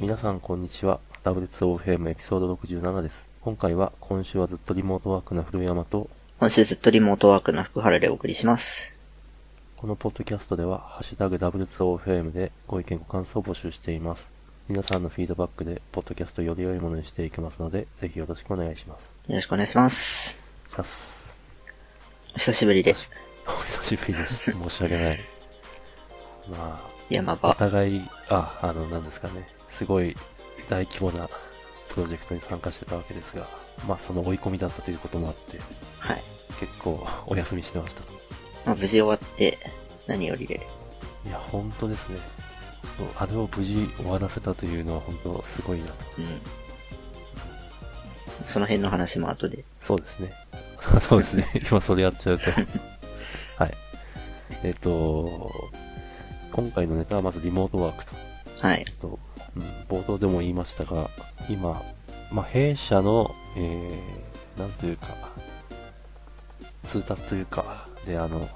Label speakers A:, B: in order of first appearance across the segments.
A: 皆さんこんにちは。W2OFM エピソード67です。今回は今週はずっとリモートワークの古山と、
B: 今週ずっとリモートワークの福原でお送りします。
A: このポッドキャストではハッシュタグ W2OFM でご意見ご感想を募集しています。皆さんのフィードバックでポッドキャストをより良いものにしていきますので、ぜひよろしくお願いします。
B: よろしくお願いします。
A: キャス。
B: お久しぶりです。
A: お久しぶりです。申し訳ない。ま
B: 山
A: あ、お
B: 場。
A: 互い、あ、あの、なんですかね。すごい大規模なプロジェクトに参加してたわけですが、まあその追い込みだったということもあって、
B: はい。
A: 結構お休みしてました。
B: まあ、無事終わって、何よりで。
A: いや、本当ですね。あれを無事終わらせたというのは本当すごいなと。
B: うん。その辺の話も後で。
A: そうですね。 そうですね。今それやっちゃう と。はい。えっと、今回のネタはまずリモートワークと。
B: はい。
A: えっとうん冒頭でも言いましたが、今、まあ、弊社の、えー、なんというか、通達というか、で、あの、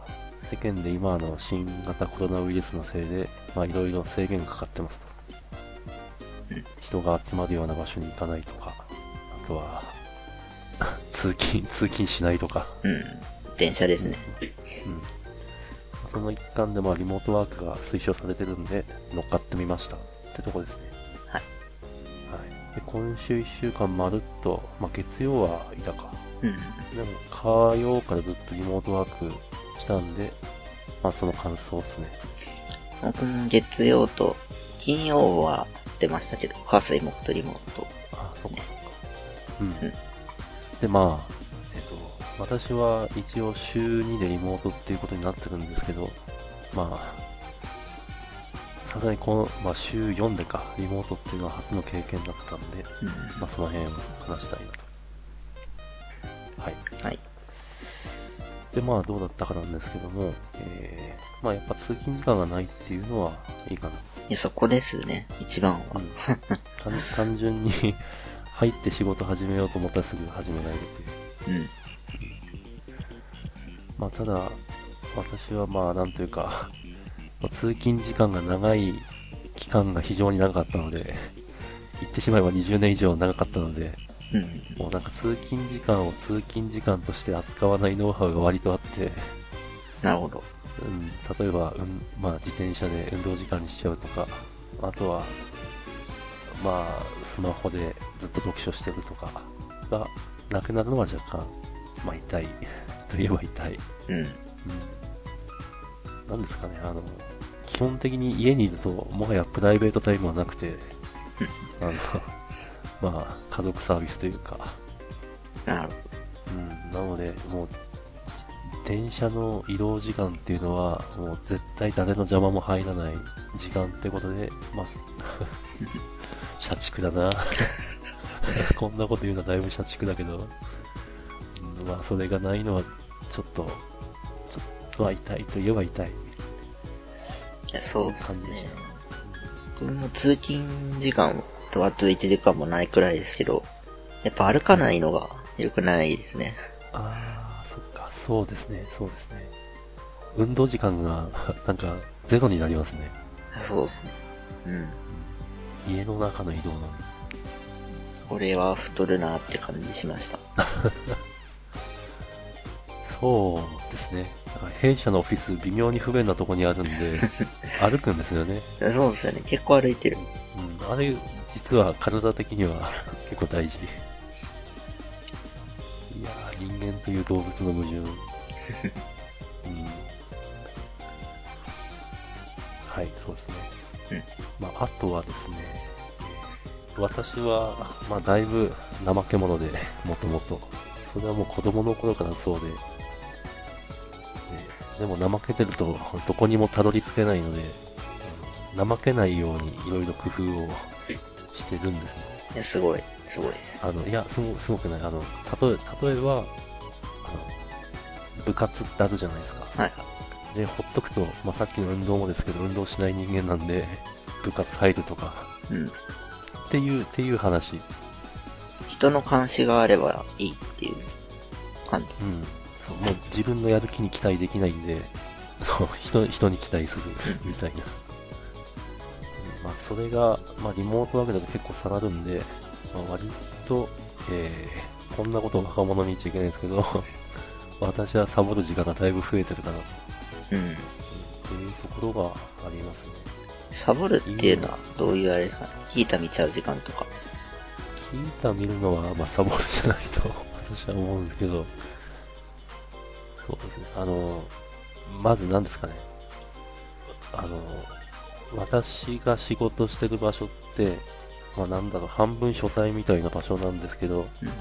A: 世間で今あの新型コロナウイルスのせいで、まあ、いろいろ制限がかかってますと
B: うん。
A: 人が集まるような場所に行かないとか、あとは、 通勤、通勤しないとか、
B: うん。電車ですね。
A: うん。その一環で、まあ、リモートワークが推奨されてるんで、乗っかってみました。ってとこですね。
B: はい。
A: はい。で、今週1週間まるっと、まあ、月曜はいたか。
B: うん。
A: でも、火曜からずっとリモートワークしたんで、まあ、その感想ですね。
B: 僕も月曜と金曜は出ましたけど、火水木とリモート。
A: あ、そうか、そうか。うん。
B: うん
A: で、まあ、えっと、私は一応週2でリモートっていうことになってるんですけど、まあ、さすがにこの、まあ週4でか、リモートっていうのは初の経験だったんで、
B: うん。
A: まあその辺を話したいなと。はい。
B: はい。
A: で、まあどうだったかなんですけども、えー、まあやっぱ通勤時間がないっていうのはいいかな。
B: いや、そこですね。一番
A: う
B: は
A: ん。単単純に 入って仕事始めようと思ったらすぐ始められるっていう。
B: うん。
A: まあ、ただ、私はまあ、なんというか、まあ通勤時間が長い期間が非常に長かったので、言ってしまえば20年以上長かったので、
B: うん。
A: もうなんか通勤時間を通勤時間として扱わないノウハウが割とあって、
B: なるほど。
A: うん、例えば、うんまあ、自転車で運動時間にしちゃうとか、あとは、まあ、スマホでずっと読書してるとかがなくなるのは若干、まあ、痛い といえば痛い。
B: うん。
A: うんなんですかね、あの、基本的に家にいると、もはやプライベートタイムはなくて、あの、まあ、家族サービスというか、
B: なる
A: うん、なので、もう、電車の移動時間っていうのは、もう絶対誰の邪魔も入らない時間ってことで、まあ、 社畜だ な。こんなこと言うのはだいぶ社畜だけど、うんまあ、それがないのは、ちょっと、ちょっとは痛いといえば痛い。
B: ほど。いや、そうです
A: 感じでし
B: ね
A: た。
B: これも通勤時間とあと1時間もないくらいですけど、やっぱ歩かないのが良くないですね。
A: ああ、そっか、そうですね、そうですね。運動時間が、なんか、ゼロになりますね。
B: そうですね。うん。
A: 家の中の移動の。
B: これは太るなって感じしました。
A: そうですね。だから弊社のオフィス、微妙に不便なとこにあるんで、歩くんですよね。
B: そうですよね。結構歩いてる。
A: うん、あれ、実は体的には 結構大事。いやー、人間という動物の矛盾。うん。はい、そうですね。
B: うん。
A: まあ、あとはですね、えー私は、まあ、だいぶ怠け者で、もともと。それはもう子供の頃からそうで。ででも怠けてると、どこにもたどり着けないので、あの怠けないようにいろいろ工夫をしてるんですね。
B: いやすごい。すごいです。
A: あの、いや、すごすごくない。あの、例え、例えば、あの、部活ってあるじゃないですか。
B: はいはい。
A: で、ほっとくと、まあ、さっきの運動もですけど、運動しない人間なんで、部活入るとか、
B: うん。
A: っていう、っていう話。
B: 人の監視があればいいっていう感じ。
A: うん。そう、もう自分のやる気に期待で きないんで、そう、人、人に期待する、みたいな。うんまあ、あ、それが、まあ、リモートワークだと結構下がるんで、まあ、割と、えーこんなことを若者に言っちゃいけないんですけど、 私はサボる時間がだいぶ増えてるかな、うん
B: うん。
A: というところがありますね。
B: サボるっていうのはどういうあれですかね。聞いた見ちゃう時間とか。
A: 聞いた見るのは、まあ、サボるじゃないと 私は思うんですけど、そうですね、あの、まず何ですかね、あの、私が仕事してる場所って、まあ、なんだろう、半分書斎みたいな場所なんですけど、
B: うんうん。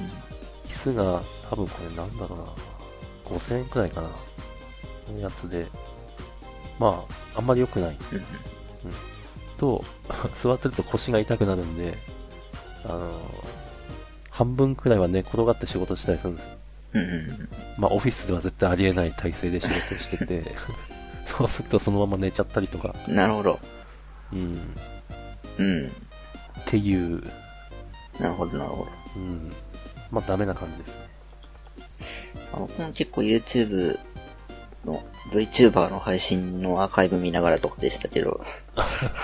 A: 椅子が多分これなんだろうな、5000円くらいかな、のやつで、まあ、あんまり良くない。
B: うんうん。
A: と、 座ってると腰が痛くなるんで、あの、半分くらいは寝転がって仕事したりするんです。
B: うんうん
A: まあ、オフィスでは絶対ありえない体勢で仕事してて、 そうするとそのまま寝ちゃったりとか、
B: うん。なるほど。
A: うん、
B: うん。
A: っていう、
B: なるほど、なるほど。
A: うん、まあ、ダメな感じですね。
B: あ僕も結構 YouTube の VTuber の配信のアーカイブ見ながらとかでしたけど、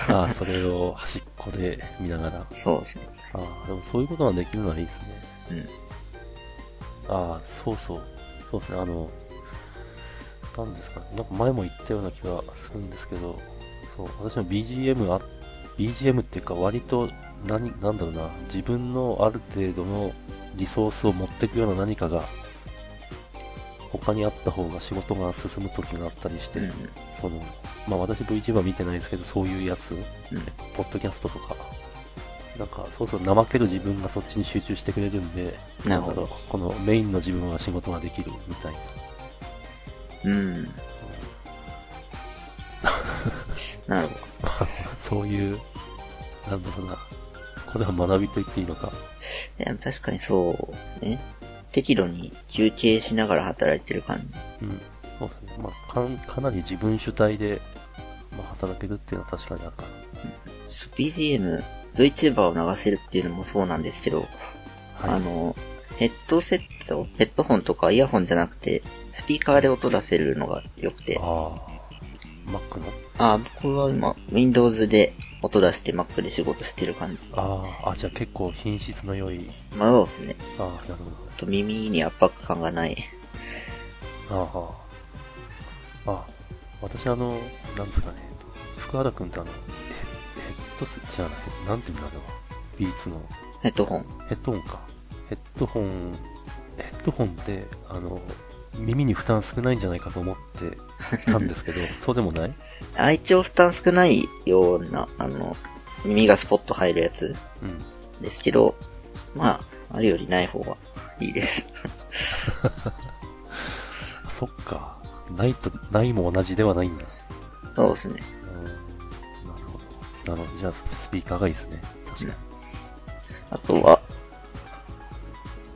A: ああ、それを端っこで見ながら。
B: そうですね。
A: ああ、でもそういうことができるのはいいですね。
B: うん。
A: ああ、そうそう。そうですね、あの、なんですかね。なんか前も言ったような気がするんですけど、そう、私の BGM あ、BGM っていうか割と、何、なんだろうな、自分のある程度のリソースを持っていくような何かが、他にあった方が仕事が進む時があったりして、
B: うんうん
A: その、まあ私 VTuber 見てないですけど、そういうやつ、
B: うん
A: ポッドキャストとか、なんか、そうそう、怠ける自分がそっちに集中してくれるんで、
B: なるほど
A: んだろうこのメインの自分は仕事ができるみたいな。
B: うん。なるほど。
A: そういう、なんだろうな。これは学びと言っていいのか。
B: でも確かにそうですね。適度に休憩しながら働いてる感じ。
A: うん。そうですね。まあ、かんかなり自分主体で、まあ、働けるっていうのは確かにあるかな。
B: そう BGM、VTuber を流せるっていうのもそうなんですけど、
A: はい。
B: あの、ヘッドセット、ヘッドホンとかイヤホンじゃなくて、スピーカーで音出せるのが良くて、あ
A: ああ。Mac の
B: あ、僕は今、Windows で音出して Mac で仕事してる感じ。
A: ああ、あ、じゃあ結構品質の良い。
B: まあそうですね。
A: ああ、なるほど。
B: あと耳に圧迫感がない。
A: ああ。あ、私あの、なんですかね、えっと福原くんってあの、ヘヘッドス、じゃあない、なんていうんだろうあれは。ビーツの、
B: ヘッドホン。
A: ヘッドホンか。ヘッドホン、ヘッドホンって、あの、耳に負担少ないんじゃないかと思ってたんですけど、そうでもない
B: あ、一応負担少ないような、あの、耳がスポッと入るやつ
A: うん。
B: ですけど、まあ、あるよりない方がいいです。
A: あそっか。ないと、ないも同じではないんだ。
B: そうですね。
A: うん。なるほど。なるほど。じゃあ、ススピーカーがいいですね。確かに。
B: あとは、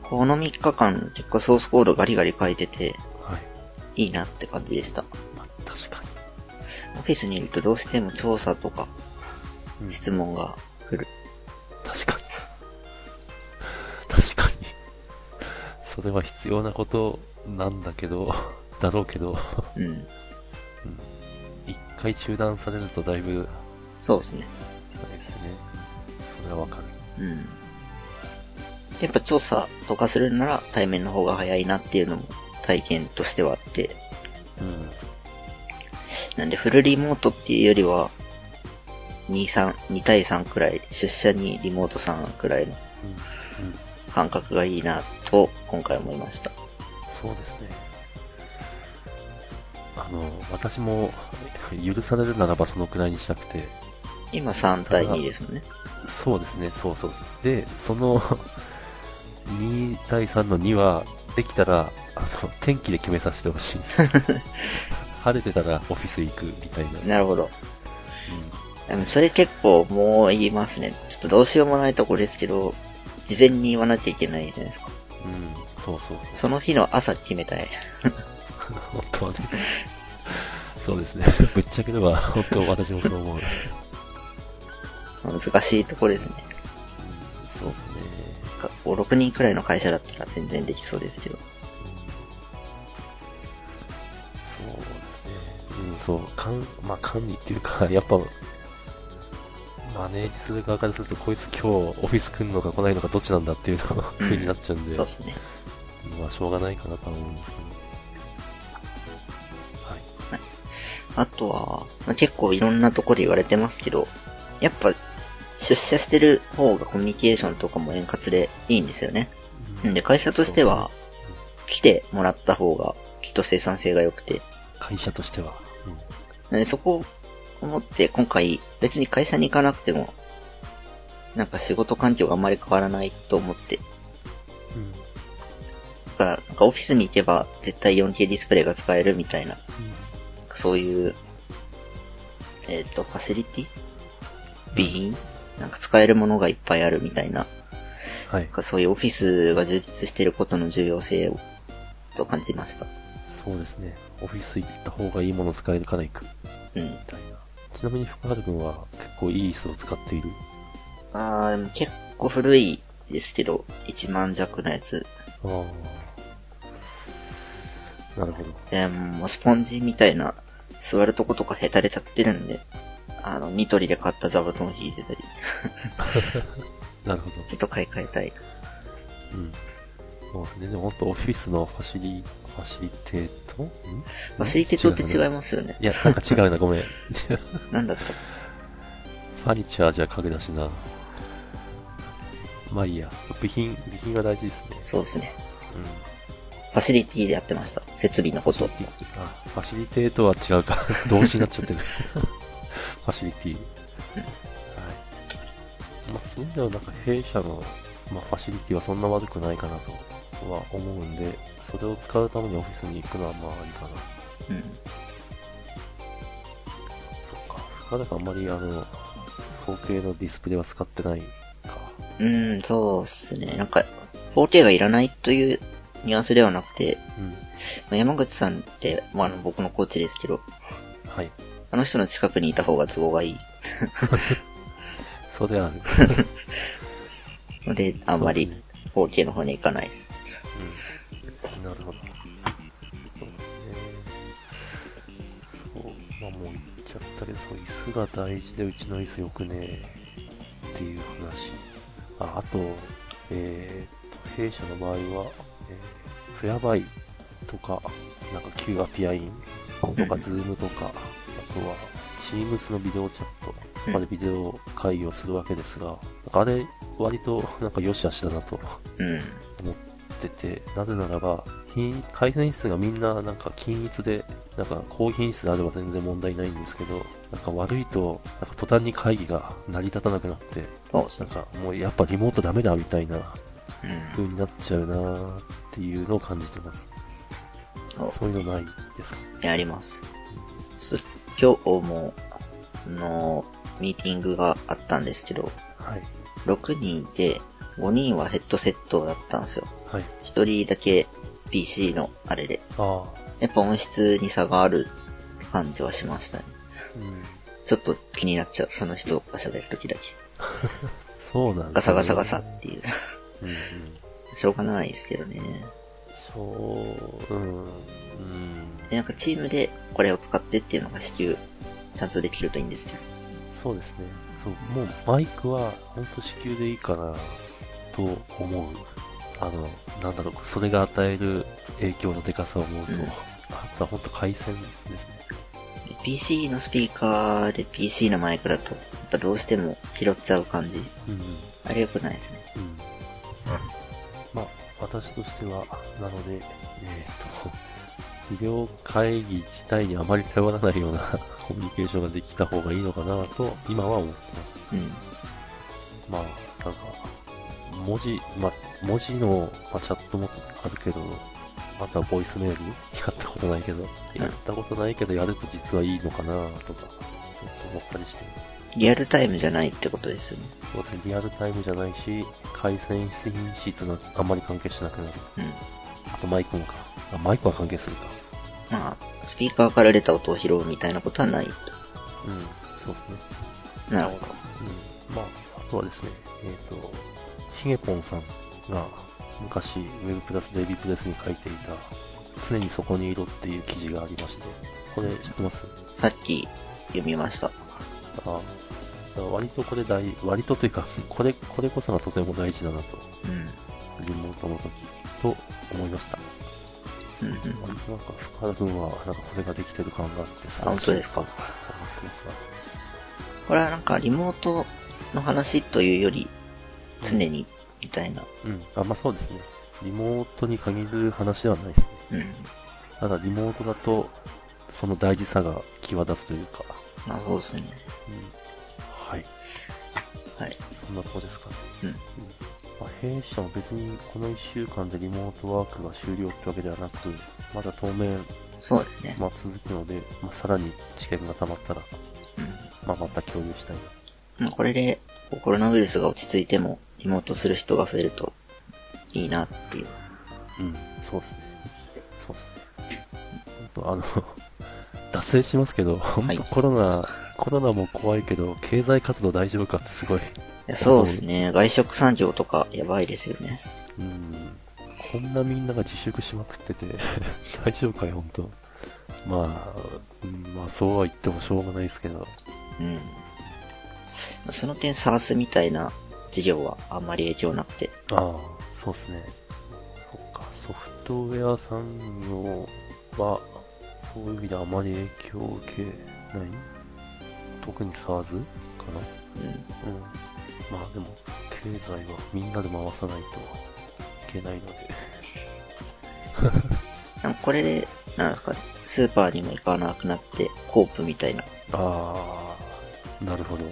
B: この3日間結構ソースコードガリガリ書いてて、
A: はい。
B: いいなって感じでした。
A: まあ、確か
B: オフィスにいるとどうしても調査とか
A: に。うん
B: 質問が来る。
A: 確かに。確かに。それは必要なことなんだけど、だろうけど、
B: うん。
A: うん一回中断されるとだいぶ、
B: そうですね。
A: あれですね。それはわかる。
B: うん。やっぱ調査とかするなら対面の方が早いなっていうのも体験としてはあって、
A: うん。
B: なんでフルリモートっていうよりは、2、3、2対3くらい、出社にリモート3くらいの
A: うん。うん。
B: 感覚がいいなと今回思いました。
A: そうですね。あの、私も、許されるならばそのくらいにしたくて、
B: 今3対2ですもんね。
A: そうですね、そうそう。で、その2対3の2は、できたら、あの、天気で決めさせてほしい。晴れてたらオフィス行くみたいな。うん
B: なるほど。でもそれ結構もう言いますね。ちょっとどうしようもないとこですけど、事前に言わなきゃいけないじゃないですか。
A: うん、そうそうそ
B: その日の朝決めたい。
A: う。本当はね。そうですね。ぶっちゃければ、本当私もそう思う。
B: 難しいとこです
A: う
B: ね。
A: んそうですね。
B: なんか5、6人くらいの会社だったら全然できそうですけど。
A: そう ですね。うん、そう、管、まあ、管理っていうか、やっぱ、マネージする側からすると、こいつ今日オフィス来るのか来ないのかどっちなんだっていうのが風になっちゃ うんで、
B: そうですね。
A: まあ、しょうがないかなとは思うんですけど。はい。
B: あとは、まあ、結構いろんなところで言われてますけど、やっぱ、出社してる方がコミュニケーションとかも円滑でいいんですよね。なんで会社としては、来てもらった方がきっと生産性が良くて、
A: 会社としては。うん
B: なんでそこを思って今回別に会社に行かなくても、なんか仕事環境があんまり変わらないと思って、
A: うん
B: だからなんかオフィスに行けば絶対 4K ディスプレイが使えるみたいな、そういう、えっ、と、ファシリティ備品なんか使えるものがいっぱいあるみたいな、
A: はい
B: なん。かそういうオフィスが充実していることの重要性を、と感じました。
A: そうですね。オフィス行った方がいいもの使えるから行く。み
B: うん。
A: たいな。ちなみに福原君は結構いい椅子を使っている。
B: あー、でも結構古いですけど、1万弱のやつ。
A: ああ。なるほど。
B: でもうスポンジみたいな、座るとことかへたれちゃってるんで、あの、ニトリで買った座布団引いてたり、
A: なるほど。
B: ちょっと買い替えたい。
A: うん。そうですね。でも本当オフィスのファシリ、ファシリテートん
B: まあ、セリテトって違い
A: す。
B: ますよね
A: い。や、なんか違うな、ごめん。フ
B: なんだった
A: ァニチャーじゃ影だしな。まあいいや。部品、部品が大事ですね。
B: そうですね。
A: うん。
B: ファシリティでやってました。設備のこと。
A: あ、ファシリテーとは違うか。動詞になっちゃってる。ファシリティ。はい。まあ、そういう意味では、なんか弊社の、まあ、ファシリティはそんな悪くないかなとは思うんで、それを使うためにオフィスに行くのはまあありかな。
B: うん。
A: そっか。深田君あんまり、あの、4K のディスプレイは使ってないか。
B: うん、そうですね。なんか、4K がいらないというニュアンスではなくて、
A: うん。
B: まあ山口さんって、まあ、あの僕のコーチですけど、
A: はい。
B: あの人の近くにいた方が都合がいい。
A: それはある。
B: ので、あんま
A: そう
B: り
A: ですね
B: 4K の方に行かないです。
A: うん。なるほど。そうですね。そう、まあもう言っちゃったけど、そう、椅子が大事で、うちの椅子よくねっていう話。あ、あと、えー、と、弊社の場合は、えー、フェアバイとか、なんか Q アピアインとか、ズームとか、あとは、Teams のビデオチャットとかでビデオ会議をするわけですが、なんかあれ、割と、なんか良し悪しだなと
B: うん。
A: 思ってて、なぜならば、品改善室がみんななんか均一で、なんか高品質であれば全然問題ないんですけど、なんか悪いと、なんか途端に会議が成り立たなくなって、
B: そうです
A: な
B: ね
A: ん。かもうやっぱリモートダメだみたいな
B: うん
A: 風になっちゃうなーっていうのを感じてます。
B: そう
A: そういうのないですか
B: やります。す今日も、あの、ミーティングがあったんですけど、
A: はい。
B: 6人で、5人はヘッドセットだったんですよ。
A: はい。
B: 1人だけ PC のあれで。
A: あ
B: やっぱ音質に差がある感じはしましたね。
A: あ、うん。
B: ちょっと気になっちゃう。その人が喋るときだけ。
A: そうなんで
B: ガ
A: す
B: サ
A: ね
B: ガサガサっていう。
A: うんうん。
B: しょうがないですけどね。
A: そう、うん。うん。
B: で、なんかチームでこれを使ってっていうのが支給、ちゃんとできるといいんですけど。
A: そうですね。そう、もうマイクは本当支給でいいかなと思う。あの、なんだろう、それが与える影響のでかさを思うと、
B: うん
A: あとは本当回線ですね。
B: PC のスピーカーで PC のマイクだと、やっぱどうしても拾っちゃう感じ。
A: うん、うん。
B: あれ良くないですね。
A: うん。まあ、私としては、なので、えっ、と、医療会議自体にあまり頼らないようなコミュニケーションができた方がいいのかなと、今は思ってます。
B: うん。
A: まあ、なんか、文字、まあ、文字の、まあ、チャットもあるけど、あとはボイスメールやったことないけど、やったことないけど、やると実はいいのかなとか、ちょっと思ったりしています。
B: リアルタイムじゃないってことですよね。
A: そうですね、リアルタイムじゃないし、回線品質があんまり関係しなくなる。
B: うん。
A: あとマイクもか。あ、マイクは関係するか。
B: まあ、スピーカーから出た音を拾うみたいなことはないと。
A: うん、そうですね。
B: なる
A: う
B: ほど。
A: ん、まあ、あとはですね、えっ、と、ひげぽんさんが昔、ウェブプラスデイビープレスに書いていた、常にそこにいろっていう記事がありまして、これ知ってます
B: さっき読みました。
A: あだから割とこれ大、割とというか、 これ、これこそがとても大事だなと、
B: うん。
A: リモートの時、と思いました。
B: うんうん。
A: 割となんか、福原君は、なんかこれができてる感があって、
B: あ本当ですか
A: 思ってますが。
B: これはなんかリモートの話というより、常に、みたいな。
A: うん。あ、まあそうですね。リモートに限る話ではないですね。
B: うん。
A: ただ、リモートだと、その大事さが際立つというか。
B: まあそうですね。
A: うん。はい。
B: はい。
A: そんなとこですかね。
B: うん。
A: まあ、弊社も別にこの1週間でリモートワークが終了ってわけではなく、まだ当面、
B: そうですね。
A: まあ、続くので、まあ、さらに知見が溜まったら、
B: うん。
A: まあ、また共有したい。
B: まあこれで、こうコロナウイルスが落ち着いても、リモートする人が増えると、いいなっていう。
A: うん、そうですね。そうですね。ほんとあの、 脱線しますけど、本
B: はい
A: 当コロナ、コロナも怖いけど、経済活動大丈夫かってすごい。
B: いやそうですね。外食産業とか、やばいですよね。
A: うん。こんなみんなが自粛しまくって て、大丈夫かよ、本当まあ、うんまあ、そうは言ってもしょうがないですけど。
B: うん。その点、サースみたいな事業はあんまり影響なくて。
A: ああ、そうですね。そっか、ソフトウェア産業は、そういう意味であまり影響を受けない特に SARS かな
B: う
A: う
B: ん。
A: ん。まあでも、経済はみんなで回さないといけないので。
B: なんかこれで、なんですかね、スーパーにも行かなくなって、コープみたいな。
A: ああ、なるほど。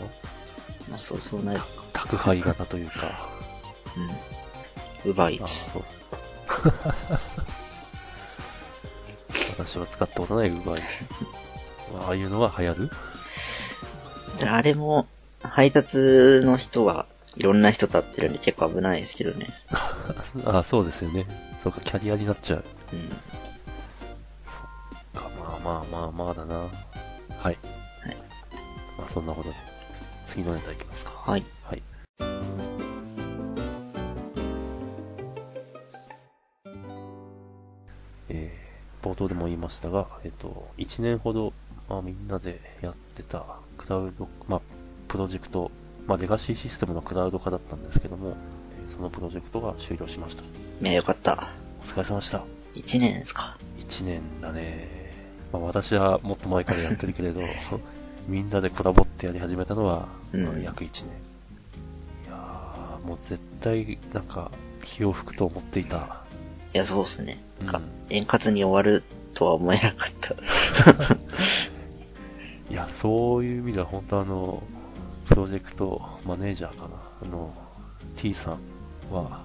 B: まあ、そうそうない。
A: 宅配型というか。
B: うん。ウバイ
A: ああ、
B: ツ。
A: そう。 私は使ったことない Uber Eats ああいうのは流行る
B: であれも、配達の人が、いろんな人立ってるんで結構危ないですけどね。
A: ああ、そうですよね。そうか、キャリアになっちゃう。
B: うん。
A: そっか、まあまあまあまあだな。はい。
B: はい。
A: まあそんなことで、次のネタいきますか。
B: はい。
A: はい。えー冒頭でも言いましたが、えっと、1年ほど、まあ、みんなでやってたクラウド、まあ、プロジェクト、まあ、レガシーシステムのクラウド化だったんですけども、えーそのプロジェクトが終了しました。
B: いや、よかった。
A: お疲れ様でした。
B: 1年ですか。
A: 1年だね。まあ、私はもっと前からやってるけれ ど、みんなでコラボってやり始めたのは、
B: うん
A: まあ約1年。いやーもう絶対、なんか、気を吹くと思っていた。
B: いや、そうですね。
A: うん
B: なんか、円滑に終わるとは思えなか った。
A: いや、そういう意味では本当あの、プロジェクトマネージャーかな、あの、T さんは、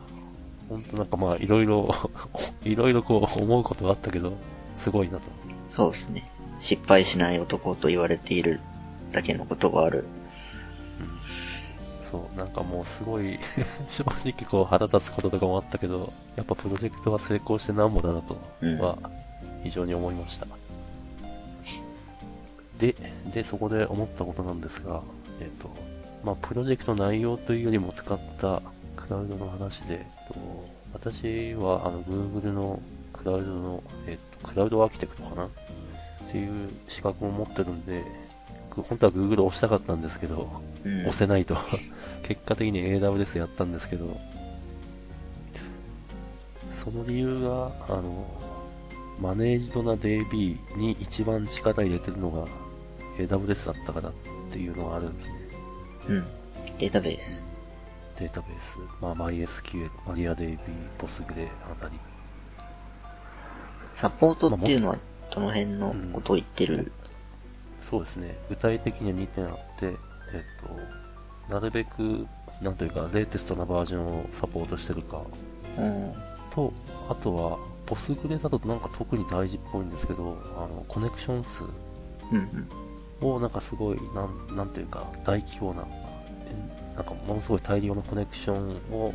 A: 本当なんかまあ、いろいろ、 いろいろこう思うことがあったけど、すごいなと。
B: そうですね。失敗しない男と言われているだけのことがある。
A: そう、なんかもうすごい、 正直こう腹立つこととかもあったけど、やっぱプロジェクトは成功してなんぼだなと
B: うん
A: は、非常に思いました。で、で、そこで思ったことなんですが、えっ、と、まあ、プロジェクトの内容というよりも使ったクラウドの話で、えっと私はあの Google のクラウドの、えっと、クラウドアーキテクトかなっていう資格を持ってるんで、本当は Google を押したかったんですけど、
B: うん。
A: 押せないと。 結果的に AWS やったんですけど、その理由が、あの、マネージドな DB に一番力入れてるのが AWS だったからっていうのがあるんですね。
B: うん。データベース。
A: データベース、まあ、MySQL、MariaDB、Postgre あたり。
B: サポートっていうのは、どの辺のことを言ってる、
A: そうですね。具体的には2点あって、えっと、なるべく、なんというか、レイテストなバージョンをサポートしてるか、
B: うん、
A: と、あとは、ポスグレだとなんか特に大事っぽいんですけど、あの、コネクション数
B: うんうん。
A: をなんかすごい、なん、なんていうか、大規模な、えなんかものすごい大量のコネクションを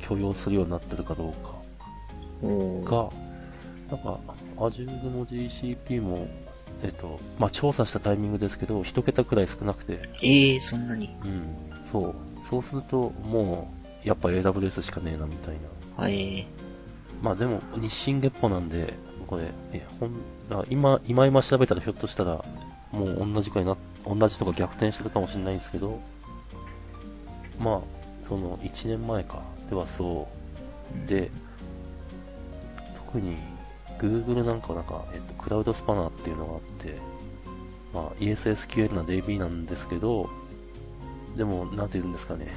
A: 許容するようになってるかどうか
B: おー
A: が、なんか、Azure も GCP も、えっと、まあ、調査したタイミングですけど、一桁くらい少なくて、
B: ええー、そんなに。
A: うん、そう。そうすると、もう、やっぱ AWS しかねえな、みたいな。
B: はい、え
A: まあでも、日進月歩なんで、これ、えほんあ今、今今調べたらひょっとしたら、もう同じくらいになっ同じとこ逆転してるかもしれないんですけど、まあ、その1年前か、ではそう。で、特に Google なんかはなんか、えっと、クラウドスパナーっていうのがあって、まあ、ESSQL な DB なんですけど、でも、なんて言うんですかね、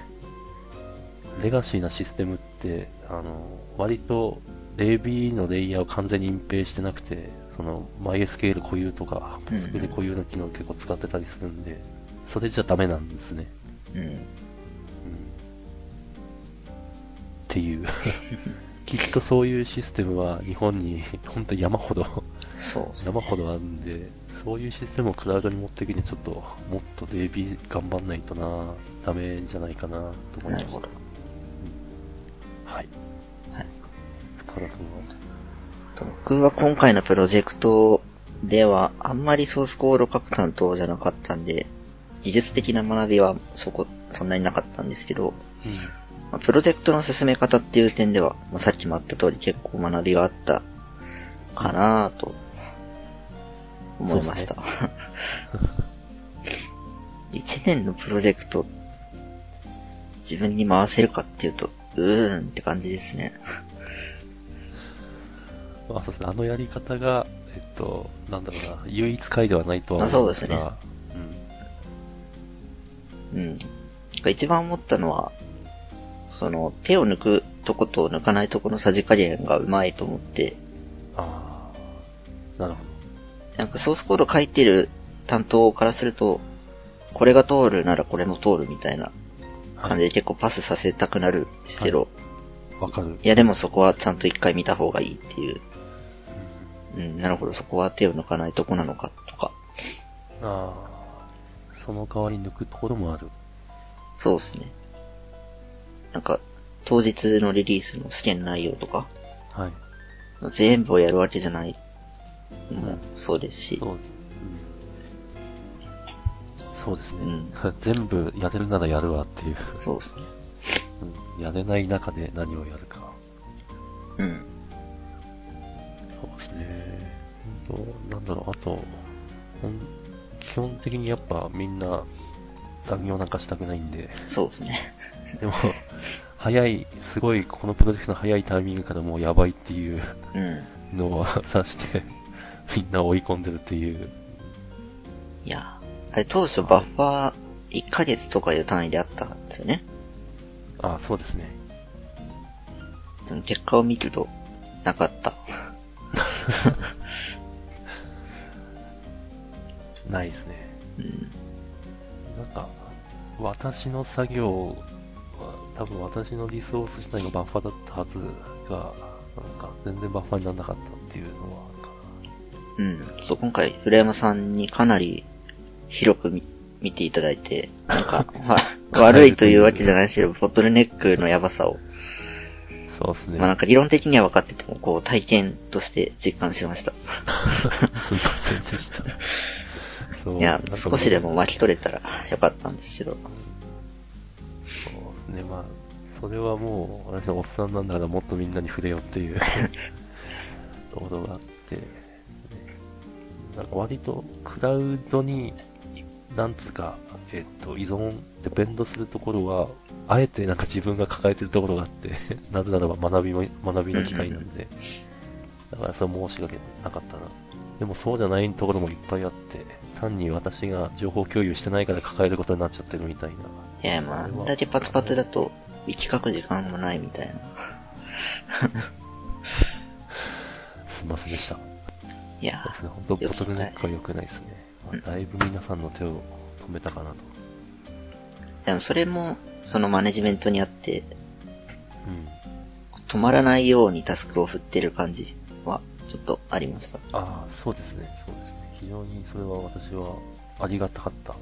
A: レガシーなシステムって、あの、割と DB のレイヤーを完全に隠蔽してなくて、その、MySQL 固有とか、
B: うんうん
A: SQL 固有の機能を結構使ってたりするんで、それじゃダメなんですね。
B: うん。
A: うんっていう。きっとそういうシステムは日本に本当山ほど、
B: そうっす
A: 山ほどあるんで、そういうシステムをクラウドに持っていくにはちょっと、もっと DB 頑張んないとな、ダメじゃないかな、と思いま
B: な
A: し
B: る
A: た
B: ほど。。
A: はい。
B: はい。
A: 深田君は。
B: 僕は今回のプロジェクトでは、あんまりソースコード書く担当じゃなかったんで、技術的な学びはそこ、そんなになかったんですけど、
A: うん。
B: まあプロジェクトの進め方っていう点では、まあさっきもあった通り結構学びがあったかなぁと思いました。 一年のプロジェクト、自分に回せるかっていうと、うーんって感じですね。
A: まあ、そうですね。あのやり方が、えっと、なんだろうな、唯一回ではないとは思うんですが、
B: あ
A: そうですね。
B: うん。一番思ったのは、その、手を抜くとこと抜かないとこのさじ加減がうまいと思って、
A: うん。ああ、なるほど。
B: なんかソースコード書いてる担当からすると、これが通るならこれも通るみたいな感じで結構パスさせたくなるんですけど、
A: わかる。
B: いやでもそこはちゃんと一回見た方がいいっていう、うん、なるほど、そこは手を抜かないとこなのかとか、
A: ああ、その代わり抜くところもある。
B: そうですね。なんか、当日のリリースの試験内容とか、
A: はい。
B: 全部をやるわけじゃない、もそうですし、
A: そう、うん、そうですね。
B: うん
A: 全部やれるならやるわっていう、
B: そうですね。
A: うんやれない中で何をやるか。
B: うん。
A: そうですね。ほんとなんだろう、あと、ほん基本的にやっぱみんな残業なんかしたくないん で、
B: そうですね。
A: でも、早い、すごい、このプロジェクトの早いタイミングからもうやばいっていう
B: うん。
A: のを指して、みんな追い込んでるっていう。
B: いや、あれ当初バッファー1ヶ月とかいう単位であったんですよね。
A: ああ、そうですね。
B: でも結果を見ると、なかった。
A: ないですね。
B: うん。
A: なんか、私の作業は、多分私のリソース自体がバッファだったはずが、なんか全然バッファにならなかったっていうのはあるか
B: うん。そう、今回、古山さんにかなり広く見見ていただいて、なんか、 まあ、悪いというわけじゃないですけど、ボトルネックのやばさを、
A: な。そうですね。
B: まあなんか理論的には分かってても、こう体験として実感しました。
A: すいませんでした。そう
B: いや
A: なんか、
B: 少しでも巻き取れたらよかったんですけど。
A: そうですね、まあ、それはもう、私はおっさんなんだからもっとみんなに触れよっていうところがあって、なんか割とクラウドに、なんつうか、えっと、依存、デペンドするところは、あえてなんか自分が抱えてるところがあって、 なぜならば学びも、学びの機会なんで、だからそれは申し訳なかったな。でもそうじゃないところもいっぱいあって、単に私が情報共有してないから抱えることになっちゃってるみたいな。
B: いや、まあ、あんだけパツパツだと、行き書く時間もないみたいな。
A: すいませんでした。
B: いや
A: そうですね、本当ボトルネックは良くないですね。まあだいぶ皆さんの手を止めたかなと。
B: でもそれも、そのマネジメントにあって、
A: うん。
B: 止まらないようにタスクを振ってる感じは、ちょっとありました。
A: ああ、そうですね、そうですね。非常にそれは私はありがたかった。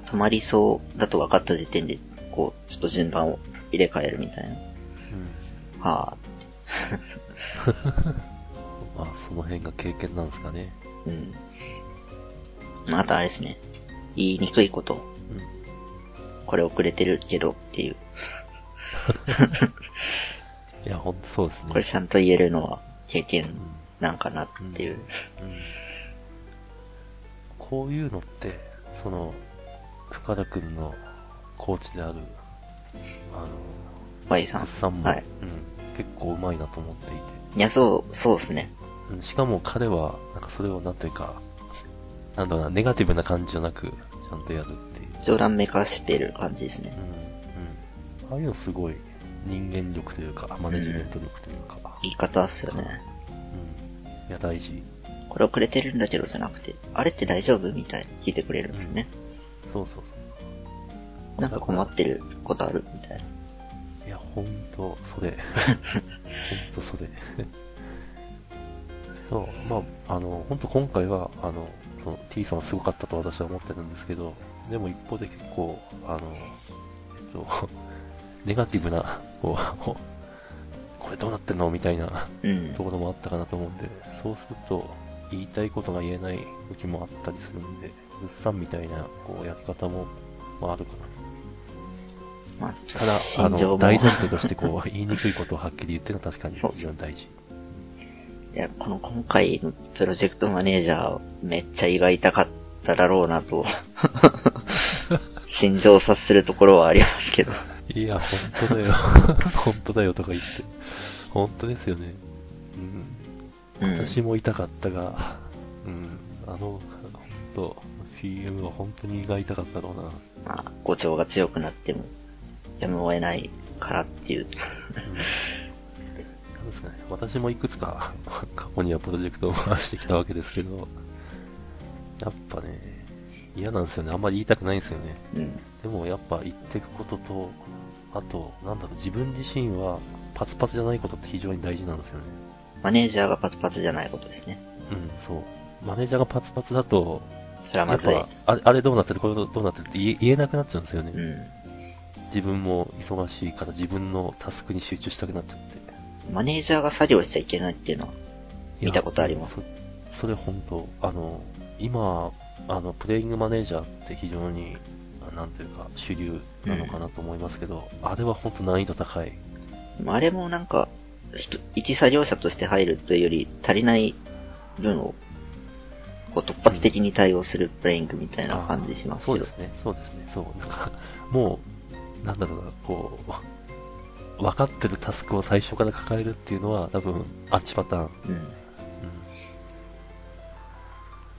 B: 止まりそうだと分かった時点で、こう、ちょっと順番を入れ替えるみたいな。
A: うん。
B: は
A: まあ、その辺が経験なんですかね。
B: ぁ、うん。あとあれですね。言いにくいこと。
A: うん。
B: これ遅れてるけどっていう。
A: いや、本当そうですね。
B: これちゃんと言えるのは経験
A: うん
B: なんかなってい
A: う
B: う。
A: んこういうのって、その、深田君のコーチである、あ
B: バイ
A: の、
B: さん
A: 物。産も、
B: はい
A: うん、結構うまいなと思っていて。
B: いや、そう、そうですね。
A: うんしかも彼は、なんかそれをなんていうか、なんだろうな、ネガティブな感じじゃなく、ちゃんとやるっていう。
B: 冗談めかしてる感じですね。
A: うん。うん。ああいうのすごい、人間力というか、マネジメント力というか、
B: 言い方っすよね。
A: うん。いや、大事。
B: これ遅れてるんだけどじゃなくて、あれって大丈夫みたいに聞いてくれるんですね。
A: そうそう
B: なんか困ってることあるみたいな。
A: そう。いや、ほんと、それ。ほ んと、それ。そう、まあ、あの、ほんと今回は、あの、その T さんすごかったと私は思ってるんですけど、でも一方で結構、あの、えっと、 ネガティブな、こう、 これどうなってんのみたいな
B: うん
A: と。ころもあったかなと思うんで、そうすると、言いたいことが言えない時もあったりするんで、物産みたいな、こう、やり方も、まあ、あるかな。
B: まあちょったと
A: だ、あ
B: 心情
A: の、
B: も。
A: 大
B: い
A: 前 提として、こう、言いにくいことをはっきり言ってるのは確かに非常に大事。
B: や、この今回のプロジェクトマネージャー、めっちゃ胃が痛かっただろうな と。心情を察するところはありますけど。
A: いや、本当だ よ。本当だよとか言って。本当ですよね。うん。
B: うん。
A: 私も痛かったが、うん。あの、本当 PM は本当に胃が痛かったろうな。
B: まあ、誤調が強くなっても、やむを得ないからっていう。
A: そうですね。私もいくつか過去にはプロジェクトを回してきたわけですけど、やっぱね、嫌なんですよね。あんまり言いたくないんですよね。
B: うん。
A: でもやっぱ言っていくことと、あと、なんだろう、自分自身はパツパツじゃないことって非常に大事なんですよね。
B: マネージャーがパツパツじゃないことですね。
A: うん、そう。マネージャーがパツパツだと、
B: それは
A: や
B: ま
A: っ
B: ずい。
A: ぱ、あれあれどうなってる、これどうなってるって言え言えなくなっちゃうんですよ
B: う
A: ね。
B: ん。
A: 自分も忙しいから自分のタスクに集中したくなっちゃって。
B: マネージャーが作業しちゃいけないっていうのは、
A: いや
B: 見たことあります。
A: そそれ本当、あの、今、あの、プレイングマネージャーって非常に、なんというか、主流なのかなと思いますけど、あれは本当難易度高い。
B: でもあれもなんか、人一作業者として入るというより、足りない分を、こう突発的に対応するプレイングみたいな感じします
A: そう
B: け
A: で
B: ど。
A: すね、そうですね、そう。なんか、もう、なんだろうな、こう、分かってるタスクを最初から抱えるっていうのは、多分、あっちパターン。
B: うん。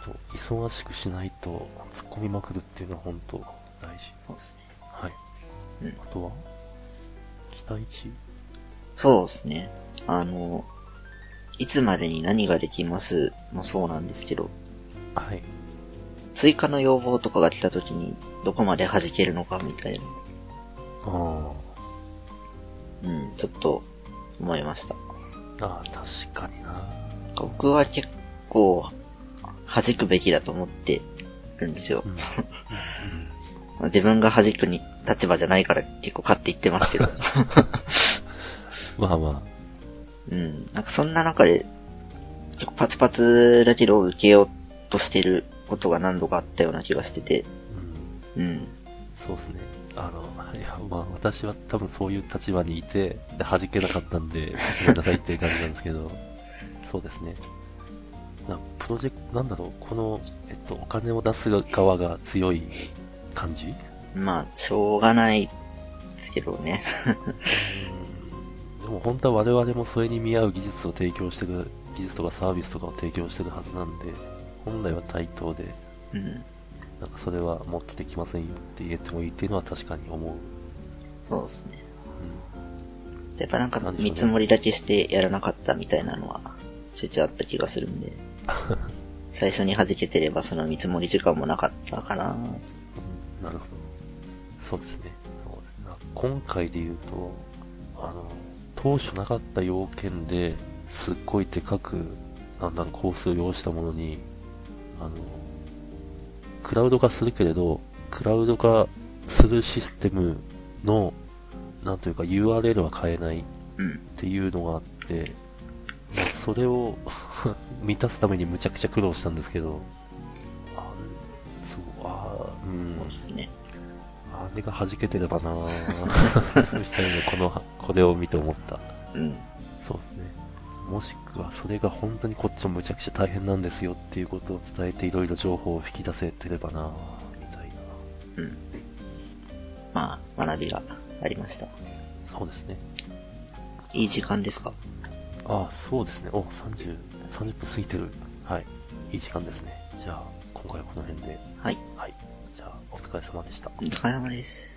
A: そう忙しくしないと、突っ込みまくるっていうのは本当、大事。
B: そうですね。
A: はい。
B: うん
A: あとは、期待値
B: そうですね。あの、いつまでに何ができますもそうなんですけど、
A: はい。
B: 追加の要望とかが来た時に、どこまで弾けるのかみたいな。
A: あ
B: うん、ちょっと、思いました。
A: あ。ああ、確かにな。
B: 僕は結構、弾くべきだと思ってるんですよ
A: う。ん。
B: 自分が弾くに立場じゃないから結構勝って言ってますけ ど。
A: まあま
B: うん。なんかそんな中で、結構パツパツだけど受けようとしてることが何度かあったような気がしてて。
A: あ。うん。
B: うん。
A: そうですね。あの、いや、まあ私は多分そういう立場にいて、で弾けなかったんで、ごめんなさいっていう感じなんですけど、 そうですね。なプロジェクト、なんだろう、この、えっと、お金を出す側が強い感じ
B: まあ、しょうがないですけどね。
A: でも本当は我々もそれに見合う技術を提供してる、技術とかサービスとかを提供してるはずなんで、本来は対等で、
B: うん。
A: なんかそれは持ってきませんよって言えてもいいっていうのは確かに思う。
B: そうですね。
A: う
B: やっぱなんか
A: なんでしょうね
B: 見積もりだけしてやらなかったみたいなのは、ちょいちょいあった気がするんで。 最初に弾けてればその見積もり時間もなかったかな。
A: ん。なるほど。そうですね。そうですね今回で言うと、あの、当初なかった要件ですっごいでかく、なんだろう、コースを要したものに、あの、クラウド化するけれど、クラウド化するシステムの、なんというか URL は変えない
B: うん。
A: っていうのがあって、まあそれを 満たすためにむちゃくちゃ苦労したんですけど、あそう、あーうん
B: そう、ですね。
A: あれが弾けてればなぁそうしたら今この、これを見て思った。
B: うん。
A: そうですね。もしくは、それが本当にこっちもむちゃくちゃ大変なんですよっていうことを伝えて、いろいろ情報を引き出せてればなぁみたい
B: うん。まあ、学びがありました。
A: そうですね。
B: いい時間ですか
A: ああ、そうですね。お、30、30分過ぎてる。はい。いい時間ですね。じゃあ、今回はこの辺で。
B: はい。
A: はい。じゃあ、お疲れ様でした。
B: お疲れ様です。